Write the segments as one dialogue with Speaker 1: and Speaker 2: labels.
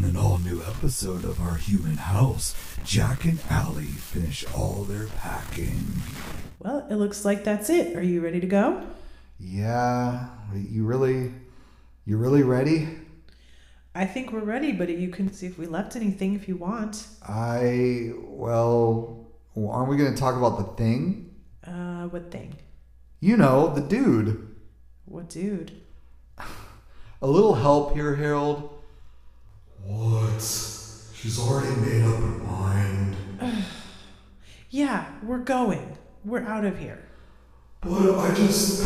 Speaker 1: new episode of Our Human House, Jack and Allie finish all their packing.
Speaker 2: Well, it looks like that's it. Are you ready to go?
Speaker 1: Yeah, you really, you really ready?
Speaker 2: I think we're ready, but you can see if we left anything if you want.
Speaker 1: I, well, aren't we going to talk about the thing?
Speaker 2: Uh, what thing?
Speaker 1: You know, the dude.
Speaker 2: What dude?
Speaker 1: A little help here, Harold.
Speaker 3: What? She's already made up her mind.
Speaker 2: Yeah, we're going. We're out of here.
Speaker 3: But I just.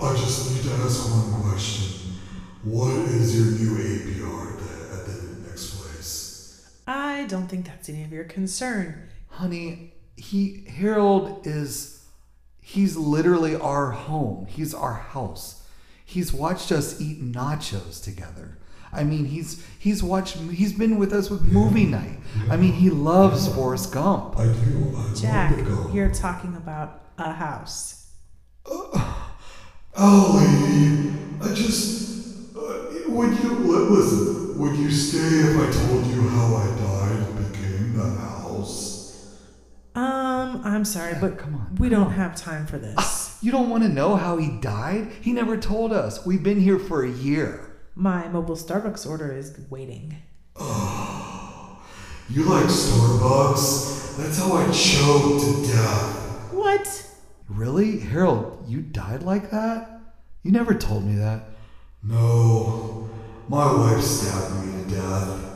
Speaker 3: I just need to ask one question. What is your new APR that at the next place?
Speaker 2: I don't think that's any of your concern.
Speaker 1: Honey, he, Harold is, he's literally our home. He's our house. He's watched us eat nachos together. I mean, he's he's watched. He's been with us with movie night. I mean, he loves Forrest Gump.
Speaker 3: I do. I
Speaker 2: Jack,
Speaker 3: want to go.
Speaker 2: you're talking about a house.
Speaker 3: Allie, I just. Uh, would you. li- Listen, would you stay if I told you how I died and became the house?
Speaker 2: Um, I'm sorry, but
Speaker 1: come on,
Speaker 2: we don't have time for this.
Speaker 1: You don't want to know how he died? He never told us. We've been here for a year.
Speaker 2: My mobile Starbucks order is waiting.
Speaker 3: You like Starbucks? That's how I choked to death.
Speaker 2: What?
Speaker 1: Really? Harold, you died like that? You never told me that.
Speaker 3: No, my wife stabbed me to death.